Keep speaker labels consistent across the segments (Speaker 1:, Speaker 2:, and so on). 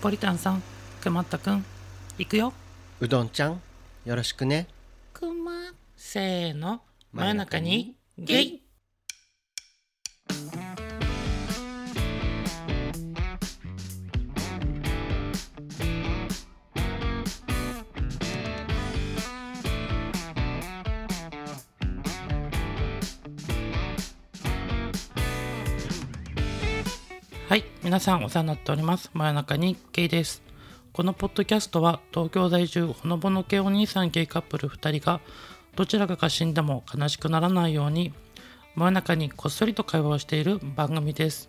Speaker 1: ポリタンさんくまったくんいくよ
Speaker 2: うどんちゃんよろしくね
Speaker 1: くませーの真夜中にゲイはい皆さんお世話になっております真夜中にゲイですこのポッドキャストは東京在住ほのぼの系お兄さんゲイカップル2人がどちらかが死んでも悲しくならないように真夜中にこっそりと会話をしている番組です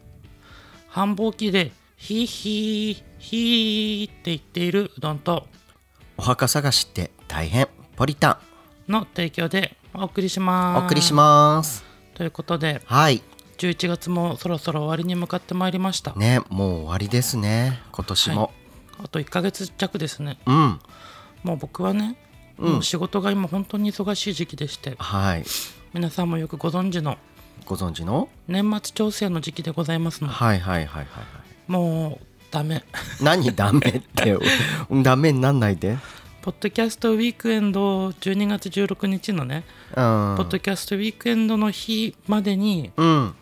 Speaker 1: 繁忙期でヒーヒーヒーって言っているうどんと
Speaker 2: お墓探しって大変ポリタ
Speaker 1: の提供でお送りしま
Speaker 2: ン
Speaker 1: す
Speaker 2: お送りします
Speaker 1: ということで
Speaker 2: はい
Speaker 1: 11月もそろそろ終わりに向かってまいりました、
Speaker 2: ねもう終わりですね今年も、
Speaker 1: あと1ヶ月弱ですね
Speaker 2: うん
Speaker 1: もう僕はね、もう仕事が今本当に忙しい時期でして
Speaker 2: はい
Speaker 1: 皆さんもよくご存知の
Speaker 2: ご存知の
Speaker 1: 年末調整の時期でございますので
Speaker 2: はいはいはいはいはい
Speaker 1: もうダメ
Speaker 2: 何ダメって ダメになんないで
Speaker 1: ポッドキャストウィークエンド12月16日のね、
Speaker 2: うん
Speaker 1: ポッドキャストウィークエンドの日までに
Speaker 2: うん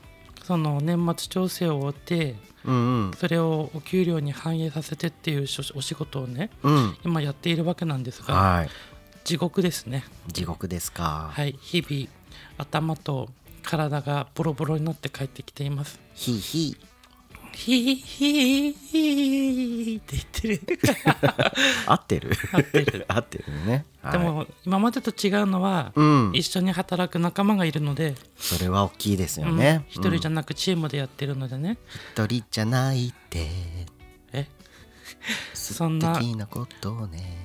Speaker 1: その年末調整を終えて
Speaker 2: うんうん
Speaker 1: それをお給料に反映させてっていうしょお仕事をね
Speaker 2: うん
Speaker 1: 今やっているわけなんですが
Speaker 2: はい
Speaker 1: 地獄ですね
Speaker 2: 地獄ですか、
Speaker 1: はい日々頭と体がボロボロになって帰ってきています
Speaker 2: ひいひい
Speaker 1: ヒーヒーヒーって言ってる
Speaker 2: 合ってる合ってる 合ってるね、はい、
Speaker 1: でも今までと違うのは、
Speaker 2: うん
Speaker 1: 一緒に働く仲間がいるので
Speaker 2: それは大きいですよ
Speaker 1: うん
Speaker 2: ね、
Speaker 1: 一人じゃなくチームでやってるのでね、
Speaker 2: 一人じゃないって
Speaker 1: え
Speaker 2: そ
Speaker 1: そんな
Speaker 2: 素敵なことをね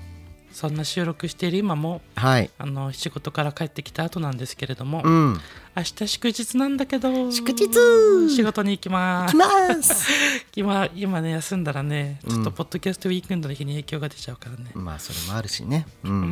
Speaker 1: そんな収録している今も
Speaker 2: はい
Speaker 1: あの仕事から帰ってきた後なんですけれども、
Speaker 2: うん
Speaker 1: 明日祝日なんだけど
Speaker 2: 祝日
Speaker 1: 仕事に行きま
Speaker 2: 来
Speaker 1: す
Speaker 2: ます
Speaker 1: 今今ね休んだらねちょっと
Speaker 2: うん
Speaker 1: ポッドキャストウィークエンドの日に影響が出ちゃうからね
Speaker 2: まあそれもあるしねう
Speaker 1: うん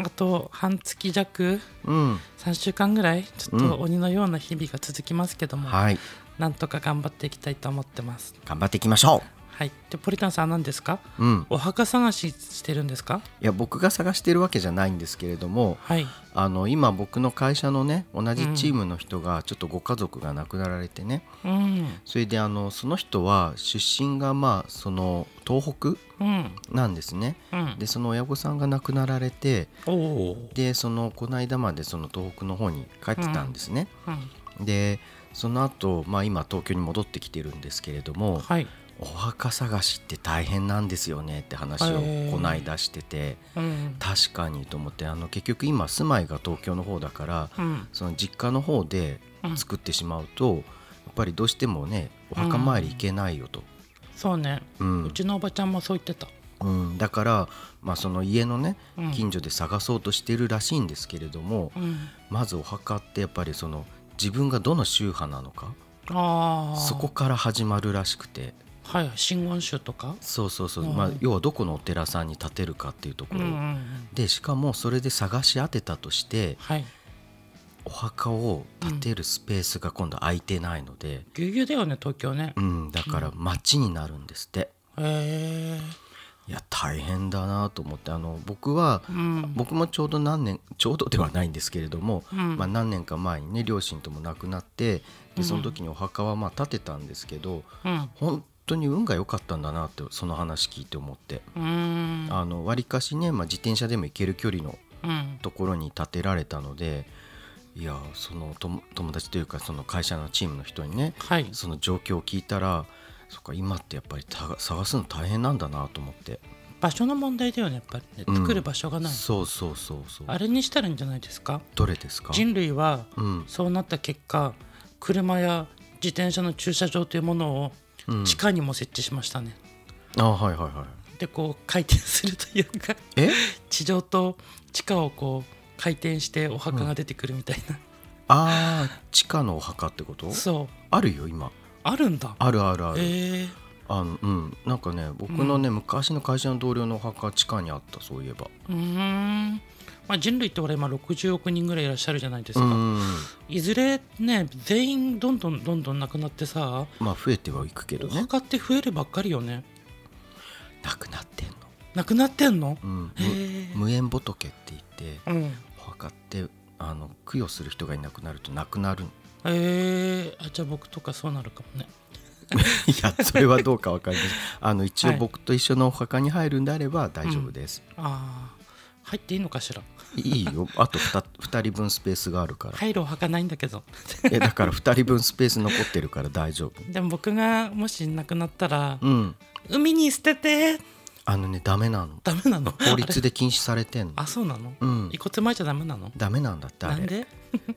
Speaker 1: んあと半月弱
Speaker 2: うん
Speaker 1: 3週間ぐらいちょっと鬼のような日々が続きますけども、
Speaker 2: はい
Speaker 1: なんとか頑張っていきたいと思ってます
Speaker 2: 頑張っていきましょ
Speaker 1: はいでポリタンさん何ですか
Speaker 2: ううん
Speaker 1: お墓探ししてるんですか
Speaker 2: いや僕が探してるわけじゃないんですけれども
Speaker 1: はい
Speaker 2: あの今僕の会社のね同じチームの人がちょっとご家族が亡くなられてね、
Speaker 1: うん
Speaker 2: それであのその人は出身がまあその東北
Speaker 1: うん
Speaker 2: なんですね
Speaker 1: うん
Speaker 2: でその親御さんが亡くなられて
Speaker 1: おおー
Speaker 2: でそのこの間までその東北の方に帰ってたんですね、
Speaker 1: うん
Speaker 2: でその後、まあ今東京に戻ってきてるんですけれども
Speaker 1: はい
Speaker 2: お墓探しって大変なんですよねって話を
Speaker 1: へー
Speaker 2: こないだしてて
Speaker 1: うん
Speaker 2: 確かにと思ってあの結局今住まいが東京の方だから
Speaker 1: うん
Speaker 2: その実家の方で
Speaker 1: うん
Speaker 2: 作ってしまうとやっぱりどうしてもねお墓参り行けないよと。
Speaker 1: そうね
Speaker 2: うん
Speaker 1: うちのおばちゃんもそう言ってた
Speaker 2: うん、だから、まあ、その家のね
Speaker 1: うん
Speaker 2: 近所で探そうとしてるらしいんですけれども、
Speaker 1: うん
Speaker 2: まずお墓ってやっぱりその自分がどの宗派なのか
Speaker 1: ああ
Speaker 2: そこから始まるらしくて
Speaker 1: はい真言宗とか
Speaker 2: そうそうそう、
Speaker 1: うん
Speaker 2: まあ、要はどこのお寺さんに建てるかっていうとこ
Speaker 1: うん
Speaker 2: ろ、
Speaker 1: うんうん
Speaker 2: でしかもそれで探し当てたとして
Speaker 1: はい
Speaker 2: お墓を建てるスペースが今度空いてないので、
Speaker 1: ぎゅうぎゅうだよね東京ね
Speaker 2: うんだから町になるんですって
Speaker 1: へえ
Speaker 2: いや大変だなと思ってあの僕は
Speaker 1: うん
Speaker 2: 僕もちょうど何年ちょうどではないんですけれども、
Speaker 1: うん
Speaker 2: まあ、何年か前にね両親とも亡くなってでその時にお墓はまあ建てたんですけど
Speaker 1: うん
Speaker 2: 本当に運が良かったんだなってその話聞いて思って。
Speaker 1: うん
Speaker 2: あの割かしね、まあ、自転車でも行ける距離の
Speaker 1: うん
Speaker 2: ところに建てられたのでいやそのとも友達というかその会社のチームの人にね
Speaker 1: はい
Speaker 2: その状況を聞いたらそっか今ってやっぱりた探すの大変なんだなと思って、
Speaker 1: 場所の問題だよねやっぱりね
Speaker 2: うん
Speaker 1: 作る場所がない
Speaker 2: そうそうそうそう
Speaker 1: あれにしたらいいんじゃないですか
Speaker 2: どれですか
Speaker 1: 人類は
Speaker 2: うん
Speaker 1: そうなった結果車や自転車の駐車場というもの
Speaker 2: う
Speaker 1: を
Speaker 2: ん
Speaker 1: 地下にも設置しましたね、
Speaker 2: あはいはいはい
Speaker 1: でこう回転するという か
Speaker 2: え
Speaker 1: 地上と地下をこう回転してお墓が出てくるみたいな、
Speaker 2: あー地下のお墓ってこと
Speaker 1: そう
Speaker 2: あるよ今
Speaker 1: あるんだ
Speaker 2: あるあるある、
Speaker 1: ええ
Speaker 2: あのうんなんかね僕のね、昔の会社の同僚のお墓地下にあったそういえば
Speaker 1: うーん、まあ、人類って俺今60億人ぐらいいらっしゃるじゃないですか、
Speaker 2: うん
Speaker 1: いずれね全員どんどんどんどんなくなってさ
Speaker 2: まあ増えてはいくけど
Speaker 1: お
Speaker 2: ね
Speaker 1: 墓って増えるばっかりよね
Speaker 2: なくなってんの、
Speaker 1: なくなってんの
Speaker 2: うん、
Speaker 1: へえ
Speaker 2: 無無縁仏って言って
Speaker 1: うんへ
Speaker 2: お墓ってあの供養する人がいなくなるとなくなる
Speaker 1: えあじゃあ僕とかそうなるかもね
Speaker 2: いやそれはどうかわかりませんあの一応
Speaker 1: はい
Speaker 2: 僕と一緒のお墓に入るんであれば大丈夫です、
Speaker 1: ああ入っていいのかしら
Speaker 2: いいよあと 2, 人分スペースがあるから、
Speaker 1: 入るお墓ないんだけど
Speaker 2: えだから2人分スペース残ってるから大丈夫
Speaker 1: でも僕がもし亡くなったら、
Speaker 2: うん
Speaker 1: 海に捨てて
Speaker 2: あのねダメなの
Speaker 1: ダメなの
Speaker 2: 法律で禁止されてんの
Speaker 1: あそうなの、
Speaker 2: うん
Speaker 1: 遺骨撒いちゃダメなの
Speaker 2: ダメなんだって
Speaker 1: な
Speaker 2: あ
Speaker 1: ん
Speaker 2: れ
Speaker 1: で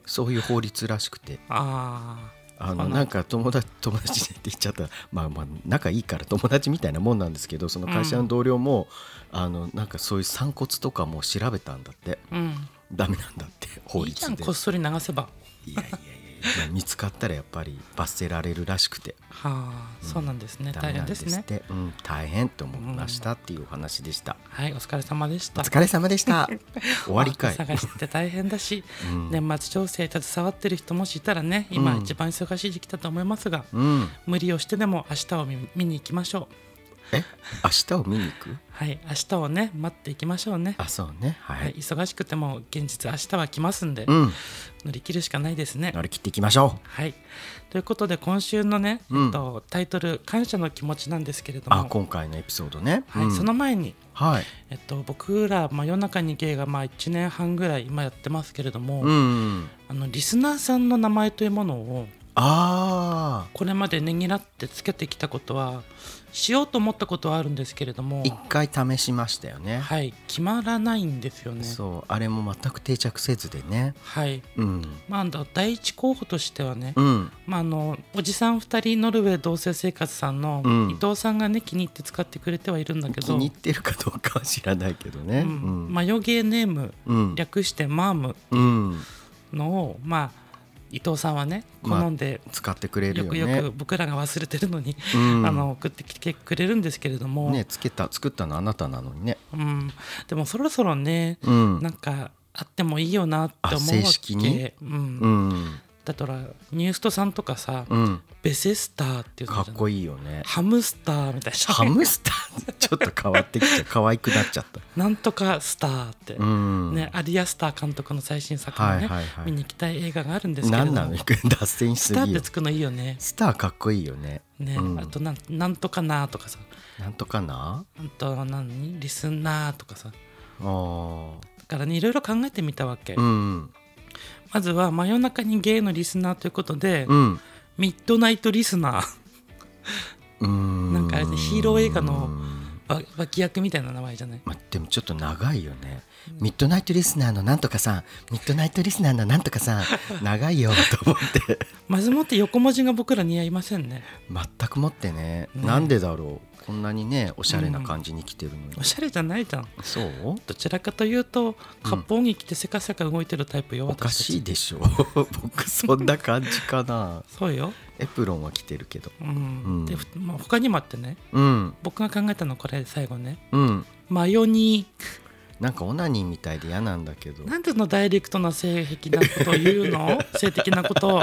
Speaker 2: そういう法律らしくて
Speaker 1: あ
Speaker 2: あ
Speaker 1: あ
Speaker 2: の
Speaker 1: の
Speaker 2: なんか友達 友達でって言っちゃったらまあまあ仲いいから友達みたいなもんなんですけどその会社の同僚も、あのなんかそういう散骨とかも調べたんだって
Speaker 1: あうん
Speaker 2: ダメなんだって法
Speaker 1: いい
Speaker 2: 律
Speaker 1: じゃん
Speaker 2: で
Speaker 1: こっそり流せば
Speaker 2: いやいやいやいや 見つかったらやっぱり罰せられるらしくて
Speaker 1: はあ、そうなんですね
Speaker 2: ダメ
Speaker 1: 大
Speaker 2: な
Speaker 1: 変
Speaker 2: んで
Speaker 1: ですす
Speaker 2: っ
Speaker 1: ね
Speaker 2: てうん、大変と思いましたっていうお話でした、
Speaker 1: はいお疲れ様でし
Speaker 2: お
Speaker 1: た
Speaker 2: 疲れ様でした 終わりかい
Speaker 1: 探しって大変だし、
Speaker 2: うん
Speaker 1: 年末調整に携わってる人もしいたらね今
Speaker 2: うん
Speaker 1: 一番忙しい時期だと思いますが、
Speaker 2: うん
Speaker 1: 無理をしてでも明日を見見に行きましょう
Speaker 2: え明日を見に行く
Speaker 1: はい明日をね待っていきましょうね
Speaker 2: あそうねはい、
Speaker 1: はい、忙しくても現実明日は来ますんで、
Speaker 2: うん
Speaker 1: 乗り切るしかないですね
Speaker 2: 乗り切っていきましょう
Speaker 1: はいということで今週のね、えっと、タイトル「感謝の気持ち」なんですけれども
Speaker 2: あ今回のエピソードね、
Speaker 1: はい
Speaker 2: うん
Speaker 1: その前に
Speaker 2: はい
Speaker 1: えっと、僕ら、まあ、夜中に芸がまあ1年半ぐらい今やってますけれども、
Speaker 2: うん
Speaker 1: あのリスナーさんの名前というものを
Speaker 2: あ
Speaker 1: これまでねぎらってつけてきたことはしようと思ったことはあるんですけれども
Speaker 2: あ、一回試しましたよね、
Speaker 1: はい、決まらないんですよね。
Speaker 2: そうあれも全く定着せずでね
Speaker 1: はい
Speaker 2: うん
Speaker 1: まああの、第一候補としてはね、
Speaker 2: うん
Speaker 1: まあ、あのおじさん2人ノルウェー同棲生活さんの
Speaker 2: うん
Speaker 1: 伊藤さんがね気に入って使ってくれてはいるんだけ
Speaker 2: 気
Speaker 1: ど、
Speaker 2: に入ってるかどうかは知らないけど
Speaker 1: う
Speaker 2: ねうんん
Speaker 1: マヨゲーネーム
Speaker 2: うん
Speaker 1: 略してマーム
Speaker 2: うん
Speaker 1: のを、まあ、伊藤さんはね好んで、
Speaker 2: 使ってくれる
Speaker 1: よ
Speaker 2: よ
Speaker 1: く
Speaker 2: ね
Speaker 1: よく僕らが忘れてるのに、
Speaker 2: うん
Speaker 1: あの送ってきてくれるんですけれども、
Speaker 2: ねつけた作ったのあなたなのにね
Speaker 1: うん、でもそろそろね、
Speaker 2: うん
Speaker 1: なんかあってもいいよなって思うわけ
Speaker 2: あ正式に
Speaker 1: うん
Speaker 2: うん
Speaker 1: だからニューストさんとかさ、
Speaker 2: うん
Speaker 1: ベセスターっていう
Speaker 2: かっこ
Speaker 1: いい
Speaker 2: いいよ ね
Speaker 1: ハムスターみたいな
Speaker 2: ハムスターちょっと変わってきちゃう可愛くなっちゃった
Speaker 1: なんとかスターって、
Speaker 2: うん
Speaker 1: ね、アリアスター監督の最新作のね、
Speaker 2: はいはいはい
Speaker 1: 見に行きたい映画があるんですけれど
Speaker 2: 何
Speaker 1: も
Speaker 2: なの 脱線し
Speaker 1: ス
Speaker 2: す
Speaker 1: ターっ
Speaker 2: ぎ
Speaker 1: て
Speaker 2: よ
Speaker 1: つくのいいよね。
Speaker 2: スターかっこいいよね
Speaker 1: ね
Speaker 2: うん
Speaker 1: あとなんなんとかなーとかさ
Speaker 2: なんとかな
Speaker 1: あと何リスナーとかさ
Speaker 2: あー
Speaker 1: だからねいろいろ考えてみたわけ、
Speaker 2: うん
Speaker 1: まずは「真夜中にゲイのリスナー」ということで、
Speaker 2: うん
Speaker 1: ミッドナイトリスナー
Speaker 2: うん
Speaker 1: なんかヒーロー映画のわ脇役みたいな名前じゃない
Speaker 2: まあ、でもちょっと長いよね。ミッドナイトリスナーのなんとかさん、ミッドナイトリスナーのなんとか さん、長いよと思って、
Speaker 1: まずもって横文字が僕ら似合いませんね
Speaker 2: 全くもってね、
Speaker 1: ね
Speaker 2: なんでだろう、こんなにね、おしゃれな感じに来てるのに。
Speaker 1: おしゃれじゃないじゃん
Speaker 2: そう
Speaker 1: どちらかというと割烹着着てせかせか動いてるタイプよ、
Speaker 2: おか
Speaker 1: 私たち
Speaker 2: しいでしょ 僕そんな感じかな
Speaker 1: そうよ、
Speaker 2: エプロンは着てるけど
Speaker 1: うん
Speaker 2: うん
Speaker 1: で、ふまあ、他にもあってね
Speaker 2: うん
Speaker 1: 僕が考えたのこれ最後ね
Speaker 2: うん
Speaker 1: マヨニ
Speaker 2: なんかオナニーみたいで嫌なんだけど
Speaker 1: ーなんでそのダイレクトな性癖なことを言う の性的なことを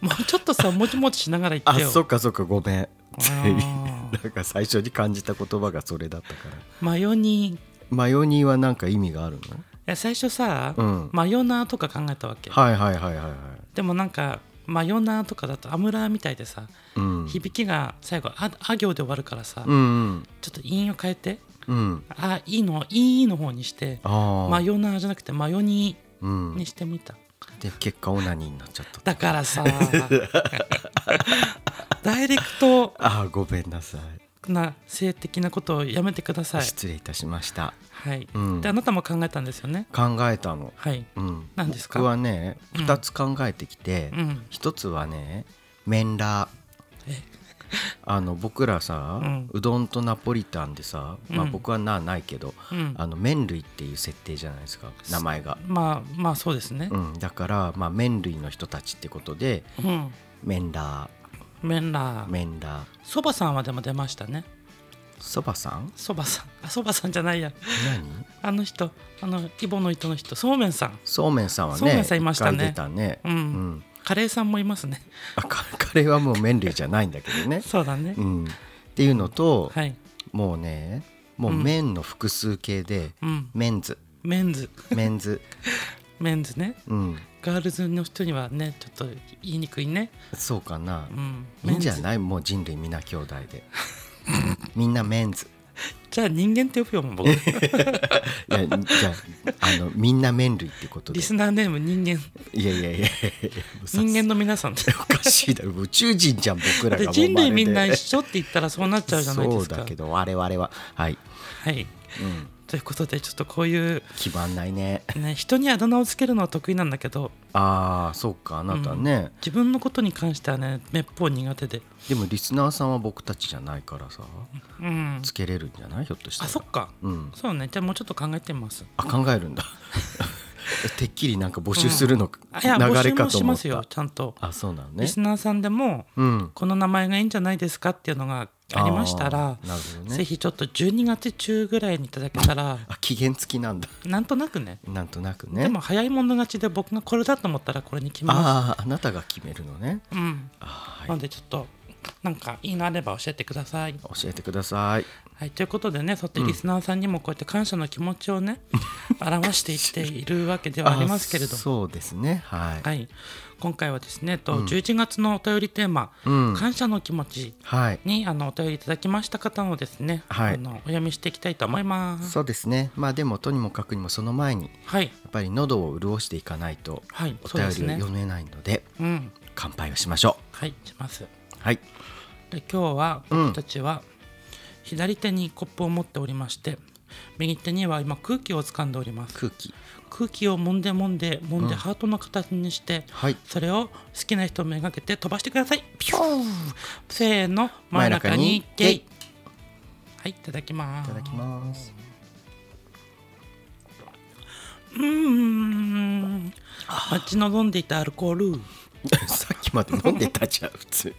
Speaker 1: もうちょっとさもちもちしながら言っ
Speaker 2: あ
Speaker 1: てよ
Speaker 2: そっかそっかごめん
Speaker 1: あー
Speaker 2: なんか最初に感じた言葉がそれだったから
Speaker 1: マヨニーい
Speaker 2: マヨニーはなんか意味がある
Speaker 1: や最初さ、
Speaker 2: のうん
Speaker 1: マヨナーとか考えたわけ、
Speaker 2: はいはいはいはいはい。
Speaker 1: でもなんかマヨナーとかだとアムラーみたいでさ、
Speaker 2: うん。
Speaker 1: 響きが最後ああ行で終わるからさ、
Speaker 2: うん
Speaker 1: ちょっと韻を変えて
Speaker 2: うんうん。
Speaker 1: あいいのいいの方にして
Speaker 2: ああ。
Speaker 1: マヨナーじゃなくてマヨニ
Speaker 2: う
Speaker 1: ー
Speaker 2: ん
Speaker 1: に。してみた、
Speaker 2: で結果オナニーになっちゃった。
Speaker 1: だからさ ダイレクト
Speaker 2: ああごめんなさ
Speaker 1: な性的なことをやめてくださ
Speaker 2: い。
Speaker 1: い
Speaker 2: 失礼いたしました。
Speaker 1: はい、
Speaker 2: うん
Speaker 1: であなたも考えたんですよね
Speaker 2: 考えたの。
Speaker 1: はい
Speaker 2: うん。
Speaker 1: 何ですか
Speaker 2: 僕はね
Speaker 1: うん
Speaker 2: 二つ考えてきて
Speaker 1: う、ん
Speaker 2: 一つはね麺ラー。 あの僕らさ、う
Speaker 1: うん
Speaker 2: どんとナポリタンでさ、まあ
Speaker 1: うん
Speaker 2: 僕はなないけど、
Speaker 1: うん
Speaker 2: あの麺類っていう設定じゃないですか名前が、
Speaker 1: まあまあそうですね
Speaker 2: うん、だから、まあ、麺類の人たちってことで
Speaker 1: うん
Speaker 2: 麺ラ
Speaker 1: メンラ
Speaker 2: ー
Speaker 1: ー
Speaker 2: 麺ラー
Speaker 1: そばさんはでも出ましたね
Speaker 2: そばさん
Speaker 1: そばさんあそばさんじゃないや
Speaker 2: 何
Speaker 1: あの人あのイボの糸の人そうめんさん
Speaker 2: そうめんさんはね
Speaker 1: そうめんさんいましたね
Speaker 2: 一回出たね、
Speaker 1: うんカレーさんもいますね
Speaker 2: あカカレーはもう麺類じゃないんだけどね、
Speaker 1: そうだね、
Speaker 2: うん、っていうのと、
Speaker 1: はい
Speaker 2: もうねもううん麺の複数形で、
Speaker 1: うん
Speaker 2: メンズ
Speaker 1: メンズ
Speaker 2: メンズ
Speaker 1: メンズね
Speaker 2: うん
Speaker 1: ガールズの人にはねちょっと言いにくいね
Speaker 2: そうかな
Speaker 1: う、ん
Speaker 2: いいんじゃ
Speaker 1: メンズ
Speaker 2: ないもう人類皆兄弟でみんなメンズ
Speaker 1: じゃあ人間って呼ぶよもう 僕
Speaker 2: いやじゃああのみんな麺類ってことで
Speaker 1: リスナーネーム人間
Speaker 2: いやいやいやいや
Speaker 1: 人間の皆さんって
Speaker 2: おかしいだろ宇宙人じゃん僕らが
Speaker 1: で
Speaker 2: もう
Speaker 1: 人類みんな
Speaker 2: まるで
Speaker 1: 一緒って言ったらそうなっちゃうじゃないで
Speaker 2: そう
Speaker 1: すか
Speaker 2: だけど我々ははい、
Speaker 1: はい
Speaker 2: うん、
Speaker 1: ということでちょっとこういう、
Speaker 2: 決まんないね
Speaker 1: ね、人にあだ名をつけるのは得意なんだけど
Speaker 2: ああそうかあなたね、
Speaker 1: 自分のことに関してはねめっぽう苦手で
Speaker 2: でもリスナーさんは僕たちじゃないからさ
Speaker 1: うん
Speaker 2: つけれるんじゃないひょっとした
Speaker 1: あ
Speaker 2: ら
Speaker 1: そっか、
Speaker 2: うん
Speaker 1: そうねじゃあもうちょっと考えてみます
Speaker 2: あ考えるんだ てっきりなんか募集するの、
Speaker 1: あいや募
Speaker 2: 流
Speaker 1: 集
Speaker 2: れ
Speaker 1: も
Speaker 2: かと
Speaker 1: し
Speaker 2: 思
Speaker 1: ま
Speaker 2: っ
Speaker 1: すよ
Speaker 2: た
Speaker 1: ちゃんと、
Speaker 2: あそうなのね
Speaker 1: リスナーさんでも
Speaker 2: うん
Speaker 1: この名前がいいんじゃないですかっていうのがありましたら
Speaker 2: あーなるほどね
Speaker 1: ぜひちょっと12月中ぐらいにいただけたら
Speaker 2: あ期限付きなんだ
Speaker 1: なんとなくね
Speaker 2: なんとなくね
Speaker 1: でも早い者勝ちで僕がこれだと思ったらこれに決めま
Speaker 2: あああなたが決めるのね
Speaker 1: す、うん、
Speaker 2: あー
Speaker 1: な
Speaker 2: はい
Speaker 1: のでちょっとなんかいいのあれば教えてください。
Speaker 2: 教えてください
Speaker 1: はい、ということでねそうやってリスナーさんにもこうやって感謝の気持ちを ね、表していっているわけではありますけれど
Speaker 2: あ
Speaker 1: も。
Speaker 2: そうですねはい、はい
Speaker 1: はい、今回はですね、と11月のお便りテーマ、
Speaker 2: うん
Speaker 1: 感謝の気持ちにあのお便りいただきました方のですね、
Speaker 2: はい
Speaker 1: あのお読みしていきたいと思います。
Speaker 2: そうですねまあでもとにもかくにもその前にや
Speaker 1: はい、
Speaker 2: っぱり喉を潤していかないと
Speaker 1: はい、
Speaker 2: お
Speaker 1: そうで
Speaker 2: 便り
Speaker 1: す
Speaker 2: を
Speaker 1: ね。
Speaker 2: 読めないので
Speaker 1: うん、
Speaker 2: 乾杯をしましょ
Speaker 1: はい、します。
Speaker 2: うはい
Speaker 1: で今日は
Speaker 2: うん
Speaker 1: 僕たちは左手にコップを持っておりまして、右手には今空気を掴んでおります。
Speaker 2: 空気
Speaker 1: 空気を揉んで揉んで揉んでハートの形にして、
Speaker 2: はい
Speaker 1: それを好きな人めがけて飛ばしてくださいピューせーの真
Speaker 2: 真
Speaker 1: ん
Speaker 2: ん
Speaker 1: 中
Speaker 2: 中
Speaker 1: に
Speaker 2: に
Speaker 1: ゲ
Speaker 2: ゲ
Speaker 1: イ
Speaker 2: イ
Speaker 1: はいいただきます
Speaker 2: いただきます
Speaker 1: うーん待ち望んでいたアルコール
Speaker 2: さっきまで飲んでたじゃん普通に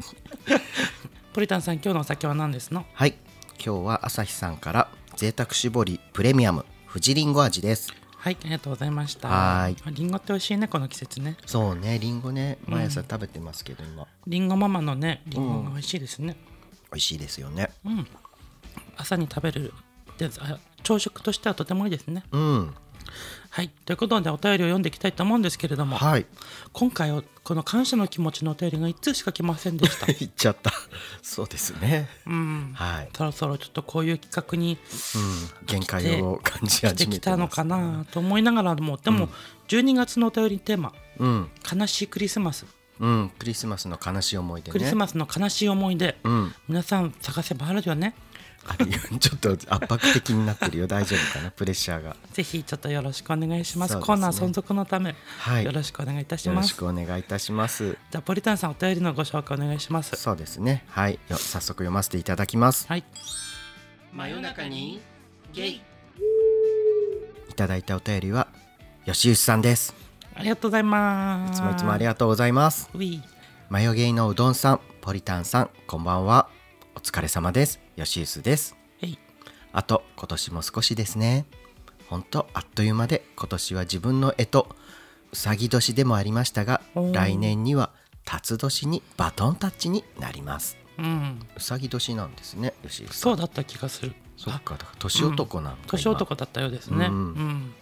Speaker 1: ポリタンさん今日のお酒は何ですの
Speaker 2: はい今日は朝日さんから贅沢絞りプレミアム富士りんご味です
Speaker 1: はいありがとうございました
Speaker 2: はー
Speaker 1: リンゴって美味しいねこの季節ね
Speaker 2: そうねりんごね毎朝食べてますけど、今
Speaker 1: リンゴママのねリンゴが美味しいですね、
Speaker 2: 美味しいですよね
Speaker 1: 朝に食べるであ朝食としてはとてもいいですね
Speaker 2: うん
Speaker 1: はいということでお便りを読んでいきたいと思うんですけれども、
Speaker 2: はい
Speaker 1: 今回はこの感謝の気持ちのお便りが1通しか来ませんで した
Speaker 2: 言っちゃったそうですね
Speaker 1: うん
Speaker 2: はい、
Speaker 1: そろそろちょっとこういう企画に
Speaker 2: うん、限界を感じ
Speaker 1: 来て
Speaker 2: 始め
Speaker 1: き
Speaker 2: て
Speaker 1: た
Speaker 2: ます
Speaker 1: のかなと思いながらもでも12月のお便りテーマ
Speaker 2: うん
Speaker 1: 「悲しいクリスマス」
Speaker 2: うんクリスマスの悲しい思い出ね
Speaker 1: クリスマスの悲しい思い出、
Speaker 2: うん
Speaker 1: 皆さん探せばあるよね
Speaker 2: あいや ちょっと圧迫的になってるよ大丈夫かなプレッシャーが
Speaker 1: ぜひちょっとよろしくお願いします
Speaker 2: そうです
Speaker 1: コ
Speaker 2: ね
Speaker 1: ーナー存続のため、
Speaker 2: はい
Speaker 1: よろしくお願いいたし
Speaker 2: よろ
Speaker 1: ま
Speaker 2: し
Speaker 1: す
Speaker 2: くお願いいたします
Speaker 1: じゃあポリタンさんお便りのご紹介お願いします
Speaker 2: そうですねはいよ早速読ませていただきます
Speaker 1: はい
Speaker 2: 真夜中にゲイいただいたお便りは吉内さんです
Speaker 1: ありがとうございます
Speaker 2: いつもいつもありがとうございます
Speaker 1: うい
Speaker 2: マヨゲイのうどんさんポリタンさんこんばんはお疲れ様です吉内です
Speaker 1: えい
Speaker 2: あと今年も少しですねほんとあっという間で今年は自分の干とうさぎ年でもありましたが
Speaker 1: おー
Speaker 2: 来年には辰年にバトンタッチになります
Speaker 1: うん
Speaker 2: うさぎ年なんですね吉内さん
Speaker 1: そうだった気がする
Speaker 2: そっかだから年男なのか、今
Speaker 1: 年男だったようですね。う
Speaker 2: うん
Speaker 1: ん、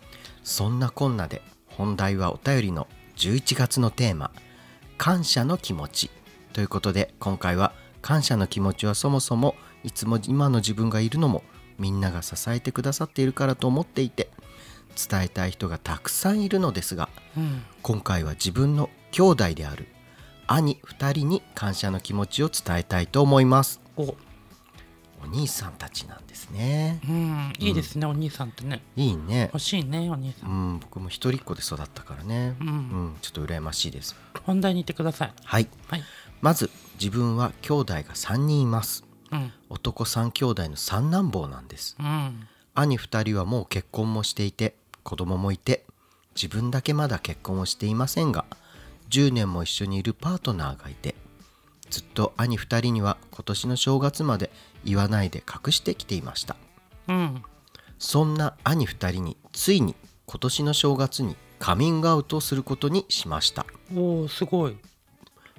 Speaker 2: そんなこんなで本題はお便りの11月のテーマ「感謝の気持ち」ということで今回は感謝の気持ちはそもそもいつも今の自分がいるのもみんなが支えてくださっているからと思っていて伝えたい人がたくさんいるのですが
Speaker 1: うん、
Speaker 2: 今回は自分の兄弟である兄2人に感謝の気持ちを伝えたいと思います
Speaker 1: お、
Speaker 2: お兄さんたちなんですね
Speaker 1: うん、いいですね、お兄さんってね。
Speaker 2: いいね
Speaker 1: 欲しいね、お兄さ。
Speaker 2: うんん僕も一人っ子で育ったからね
Speaker 1: うん
Speaker 2: うん、ちょっと羨ましいです
Speaker 1: 本題に行ってください。
Speaker 2: はい
Speaker 1: はい。
Speaker 2: まず自分は兄弟が3人います
Speaker 1: うん、
Speaker 2: 男3兄弟の三男坊なんです
Speaker 1: うん、
Speaker 2: 兄2人はもう結婚もしていて子供もいて自分だけまだ結婚をしていませんが10年も一緒にいるパートナーがいてずっと兄2人には今年の正月まで言わないで隠してきていました
Speaker 1: うん、
Speaker 2: そんな兄2人についに今年の正月にカミングアウトをすることにしました
Speaker 1: おお、すごい。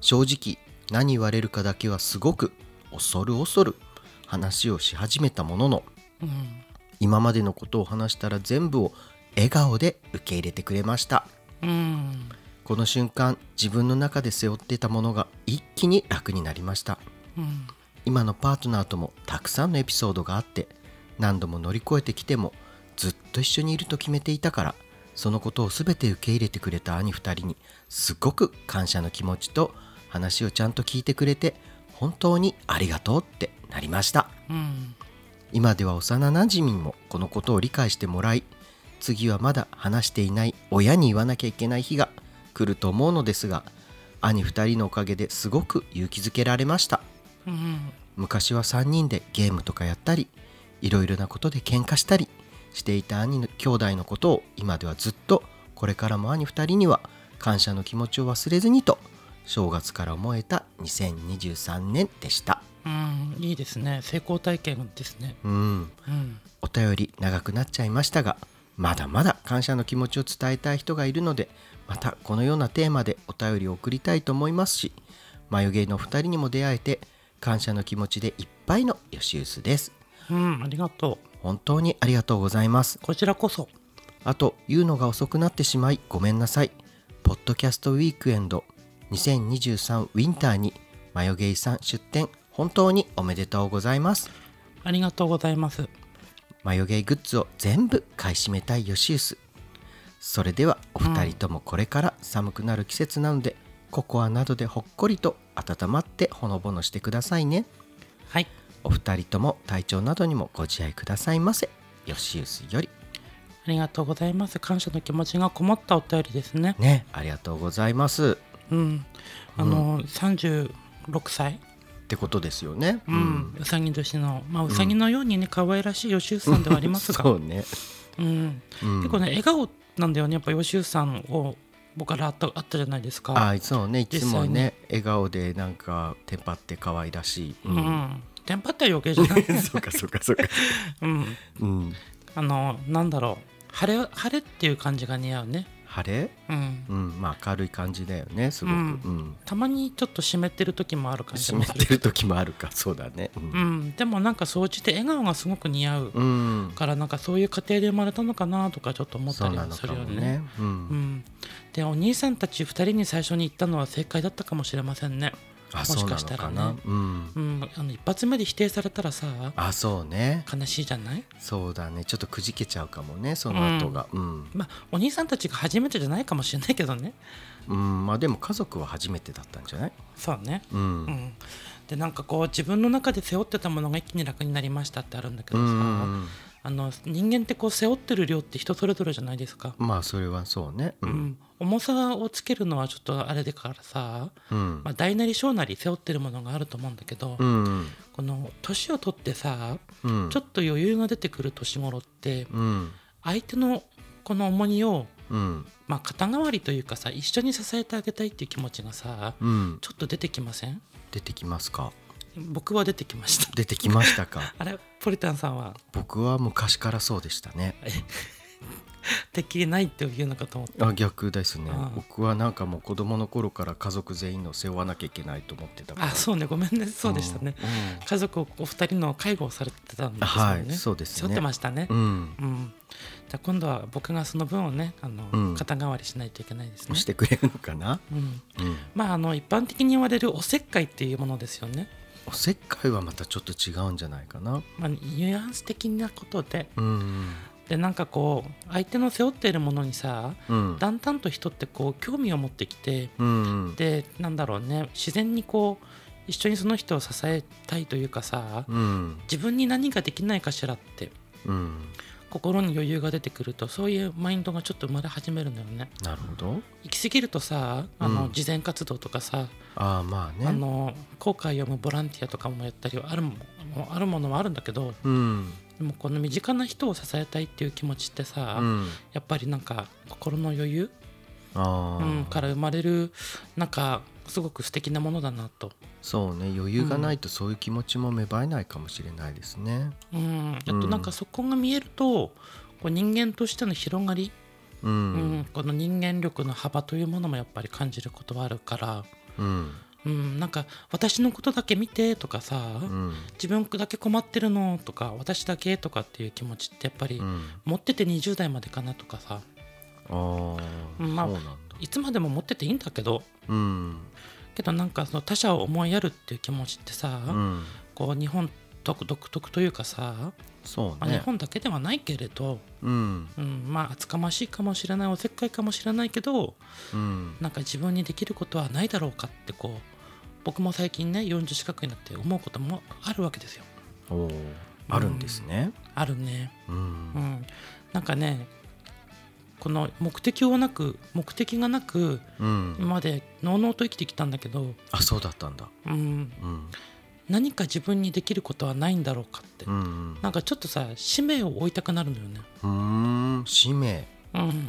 Speaker 2: 正直何言われるかだけはすごく恐る恐る話をし始めたものの
Speaker 1: うん
Speaker 2: 今までのことを話したら全部を笑顔で受け入れてくれました
Speaker 1: うん
Speaker 2: この瞬間自分の中で背負ってたものが一気に楽になりました
Speaker 1: うん
Speaker 2: 今のパートナーともたくさんのエピソードがあって何度も乗り越えてきてもずっと一緒にいると決めていたからそのことを全て受け入れてくれた兄2人にすごく感謝の気持ちと話をちゃんと聞いてくれて本当にありがとうってなりました
Speaker 1: うん
Speaker 2: 今では幼なじみにもこのことを理解してもらい次はまだ話していない親に言わなきゃいけない日が来ると思うのですが兄2人のおかげですごく勇気づけられました
Speaker 1: うん
Speaker 2: 昔は3人でゲームとかやったりいろいろなことで喧嘩したりしていた兄の兄弟のことを今ではずっとこれからも兄2人には感謝の気持ちを忘れずにと正月から思えた2023年でした
Speaker 1: うんいいですね成功体験ですね
Speaker 2: うん
Speaker 1: うん
Speaker 2: お便り長くなっちゃいましたがまだまだ感謝の気持ちを伝えたい人がいるのでまたこのようなテーマでお便りを送りたいと思いますし眉毛の2人にも出会えて感謝の気持ちでいっぱいのよしうすです
Speaker 1: うんありがとう
Speaker 2: 本当にありがとうございます
Speaker 1: こちらこそ
Speaker 2: あと言うのが遅くなってしまいごめんなさいポッドキャストウィークエンド2023ウィンターにマヨゲイさん出店本当におめでとうございます
Speaker 1: ありがとうございます
Speaker 2: マヨゲイグッズを全部買い占めたいヨシウスそれではお二人ともこれから寒くなる季節なので、ココアなどでほっこりと温まってほのぼのしてくださいね
Speaker 1: はい
Speaker 2: お二人とも体調などにもご自愛くださいませヨシウスより
Speaker 1: ありがとうございます感謝の気持ちがこもったお便りですね
Speaker 2: ねありがとうございます
Speaker 1: うんあの、36歳
Speaker 2: ってことですよね。
Speaker 1: うん、うさぎ年の、まあ、うさぎのようにね、可愛らしい吉シさんではありますが、
Speaker 2: そうね。
Speaker 1: うん結構ね、笑顔なんだよね、やっぱ吉シさんを僕からあったあったじゃないですか。
Speaker 2: あ、そうね。いつもね、笑顔でなんかテンパって可愛らしい。う。
Speaker 1: うんん、テンパったら余計じゃない、
Speaker 2: そうかそうかそうか。
Speaker 1: うん、
Speaker 2: うん。
Speaker 1: あの、なんだろう、晴れ晴れっていう感じが似合うね。
Speaker 2: 晴れ？
Speaker 1: うん
Speaker 2: うん。まあ明るい感じだよね。すごく。う
Speaker 1: うん
Speaker 2: ん。
Speaker 1: たまにちょっと湿ってる時もある感じ
Speaker 2: 湿
Speaker 1: も
Speaker 2: っ
Speaker 1: す
Speaker 2: て
Speaker 1: る
Speaker 2: る時もあるか。そうだね。う。
Speaker 1: うんん、でもなんか総じて笑顔がすごく似合う
Speaker 2: うん。
Speaker 1: からなんかそういう家庭で生まれたのかなとかちょっと思っ
Speaker 2: そ
Speaker 1: た
Speaker 2: う
Speaker 1: り
Speaker 2: な
Speaker 1: も
Speaker 2: の
Speaker 1: す
Speaker 2: か
Speaker 1: るよ
Speaker 2: も
Speaker 1: ね
Speaker 2: ね。う。
Speaker 1: うんん、でお兄さんたち2人に最初に言ったのは正解だったかもしれませんね。
Speaker 2: あ、
Speaker 1: も
Speaker 2: そ
Speaker 1: し
Speaker 2: うな
Speaker 1: か
Speaker 2: の
Speaker 1: した
Speaker 2: からな
Speaker 1: ね。。
Speaker 2: うん。
Speaker 1: うん、あの一発目で否定されたらさ
Speaker 2: あ、そうね。
Speaker 1: 悲しいじゃない、
Speaker 2: そうだね。ちょっとくじけちゃうかもね。その後が。うん。
Speaker 1: まあ、お兄さんたちが初めてじゃないかもしれないけどね。
Speaker 2: うん。まあでも家族は初めてだったんじゃない？
Speaker 1: そうね、
Speaker 2: う。
Speaker 1: うんん、でなんかこう自分の中で背負ってたものが一気に楽になりましたってあるんだけ
Speaker 2: う
Speaker 1: どさ、
Speaker 2: ん。
Speaker 1: あの人間ってこう背負ってる量って人それぞれじゃないですか。
Speaker 2: まあそれはそうね。う。
Speaker 1: うんん、重さをつけるのはちょっとあれだからさ、
Speaker 2: うん。
Speaker 1: まあ、大なり小なり背負ってるものがあると思うんだけど、
Speaker 2: うん。
Speaker 1: この年を取ってさ
Speaker 2: うん。
Speaker 1: ちょっと余裕が出てくる年頃って
Speaker 2: うん。
Speaker 1: 相手のこの重荷を、
Speaker 2: うん。
Speaker 1: まあ、肩代わりというかさ一緒に支えてあげたいっていう気持ちがさ
Speaker 2: うん。
Speaker 1: ちょっと出てきません
Speaker 2: 出てきますか。
Speaker 1: 僕は出てきました
Speaker 2: 出てきましたか。
Speaker 1: あれポリタンさんは
Speaker 2: 僕は昔からそうでしたね。
Speaker 1: てっきりないっていうのかと思って
Speaker 2: あ、逆ですね
Speaker 1: ああ。
Speaker 2: 僕はなんかもう子供の頃から家族全員の背負わなきゃいけないと思ってたから。
Speaker 1: あそうねごめんねそうでしたね、
Speaker 2: うん。
Speaker 1: 家族をお二人の介護をされてたんですよね、
Speaker 2: はいそうですね
Speaker 1: 背負ってましたね
Speaker 2: う、ん。
Speaker 1: うんじゃあ今度は僕がその分をねあの、
Speaker 2: うん
Speaker 1: 肩代わりしないといけないです
Speaker 2: うん
Speaker 1: ね
Speaker 2: してくれるのかな。
Speaker 1: うん、
Speaker 2: うん。
Speaker 1: まああの一般的に言われるおせっかいっていうものですよね、
Speaker 2: おせっかいはまたちょっと違うんじゃないかな。
Speaker 1: まあ、ニュアンス的なことで
Speaker 2: うん。
Speaker 1: でなんかこう相手の背負っているものにさ
Speaker 2: うん。
Speaker 1: だんだんと人ってこう興味を持ってきて
Speaker 2: うん。
Speaker 1: でなんだろうね自然にこう一緒にその人を支えたいというかさ
Speaker 2: うん。
Speaker 1: 自分に何ができないかしらって
Speaker 2: うん。
Speaker 1: 心に余裕が出てくるとそういうマインドがちょっと生まれ始めるんだよね
Speaker 2: なるほど。
Speaker 1: 行き過ぎるとさあ
Speaker 2: う
Speaker 1: の
Speaker 2: ん
Speaker 1: 慈善活動とかさ、
Speaker 2: ああ、まあ
Speaker 1: あ
Speaker 2: ね。
Speaker 1: の後悔を読むボランティアとかもやったりはあるももうあるものはあるんだけど
Speaker 2: うん。
Speaker 1: でもこの身近な人を支えたいっていう気持ちってさ、
Speaker 2: うん。
Speaker 1: やっぱりなんか心の余裕、
Speaker 2: ああ。
Speaker 1: うん、から生まれるなんかすごく素敵なものだなと、
Speaker 2: そうね余裕がないとそういう気持ちも芽生えないかもしれないですね。
Speaker 1: うん、あとなんかそこが見えるとこう人間としての広がり、
Speaker 2: う
Speaker 1: うん
Speaker 2: ん
Speaker 1: この人間力の幅というものもやっぱり感じることはあるから、
Speaker 2: うん
Speaker 1: うん、なんか私のことだけ見てとかさ、
Speaker 2: うん
Speaker 1: 自分だけ困ってるのとか私だけとかっていう気持ちってやっぱり、
Speaker 2: うん
Speaker 1: 持ってて20代までかなとかさ
Speaker 2: ああ、
Speaker 1: まあ
Speaker 2: そうなんだ
Speaker 1: いつまでも持ってていいんだけど
Speaker 2: うん
Speaker 1: けどなんかその他者を思いやるっていう気持ちってさ、
Speaker 2: うん
Speaker 1: こう日本独独特というかさ、
Speaker 2: そう
Speaker 1: まあ、日
Speaker 2: ね
Speaker 1: 本だけではないけれど、
Speaker 2: うん
Speaker 1: うん、まあ厚かましいかもしれないおせっかいかもしれないけど
Speaker 2: うん
Speaker 1: なんか自分にできることはないだろうかってこう僕も最近ね40近くになって思うこともあるわけですよ。
Speaker 2: おおあるんですね
Speaker 1: あるね。
Speaker 2: うん
Speaker 1: うん、なんかねこの目的をなく目的がなく
Speaker 2: うん、
Speaker 1: 今までのうのうと生きてきたんだけど、
Speaker 2: あそうだったんだ
Speaker 1: うん、
Speaker 2: うん
Speaker 1: 何か自分にできることはないんだろうかって、
Speaker 2: うん
Speaker 1: なんかちょっとさ使命を負いたくなるのよね。
Speaker 2: うんうん使命
Speaker 1: うん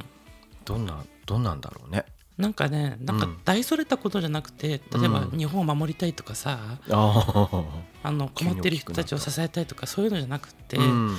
Speaker 2: どんなどんなんだろうね
Speaker 1: なんかねなんか
Speaker 2: うん
Speaker 1: 大それたことじゃなくて、例えば
Speaker 2: うん
Speaker 1: 日本を守りたいとかさ
Speaker 2: あ
Speaker 1: あの困ってる人たちを支えたいとかそういうのじゃなくて、
Speaker 2: あうん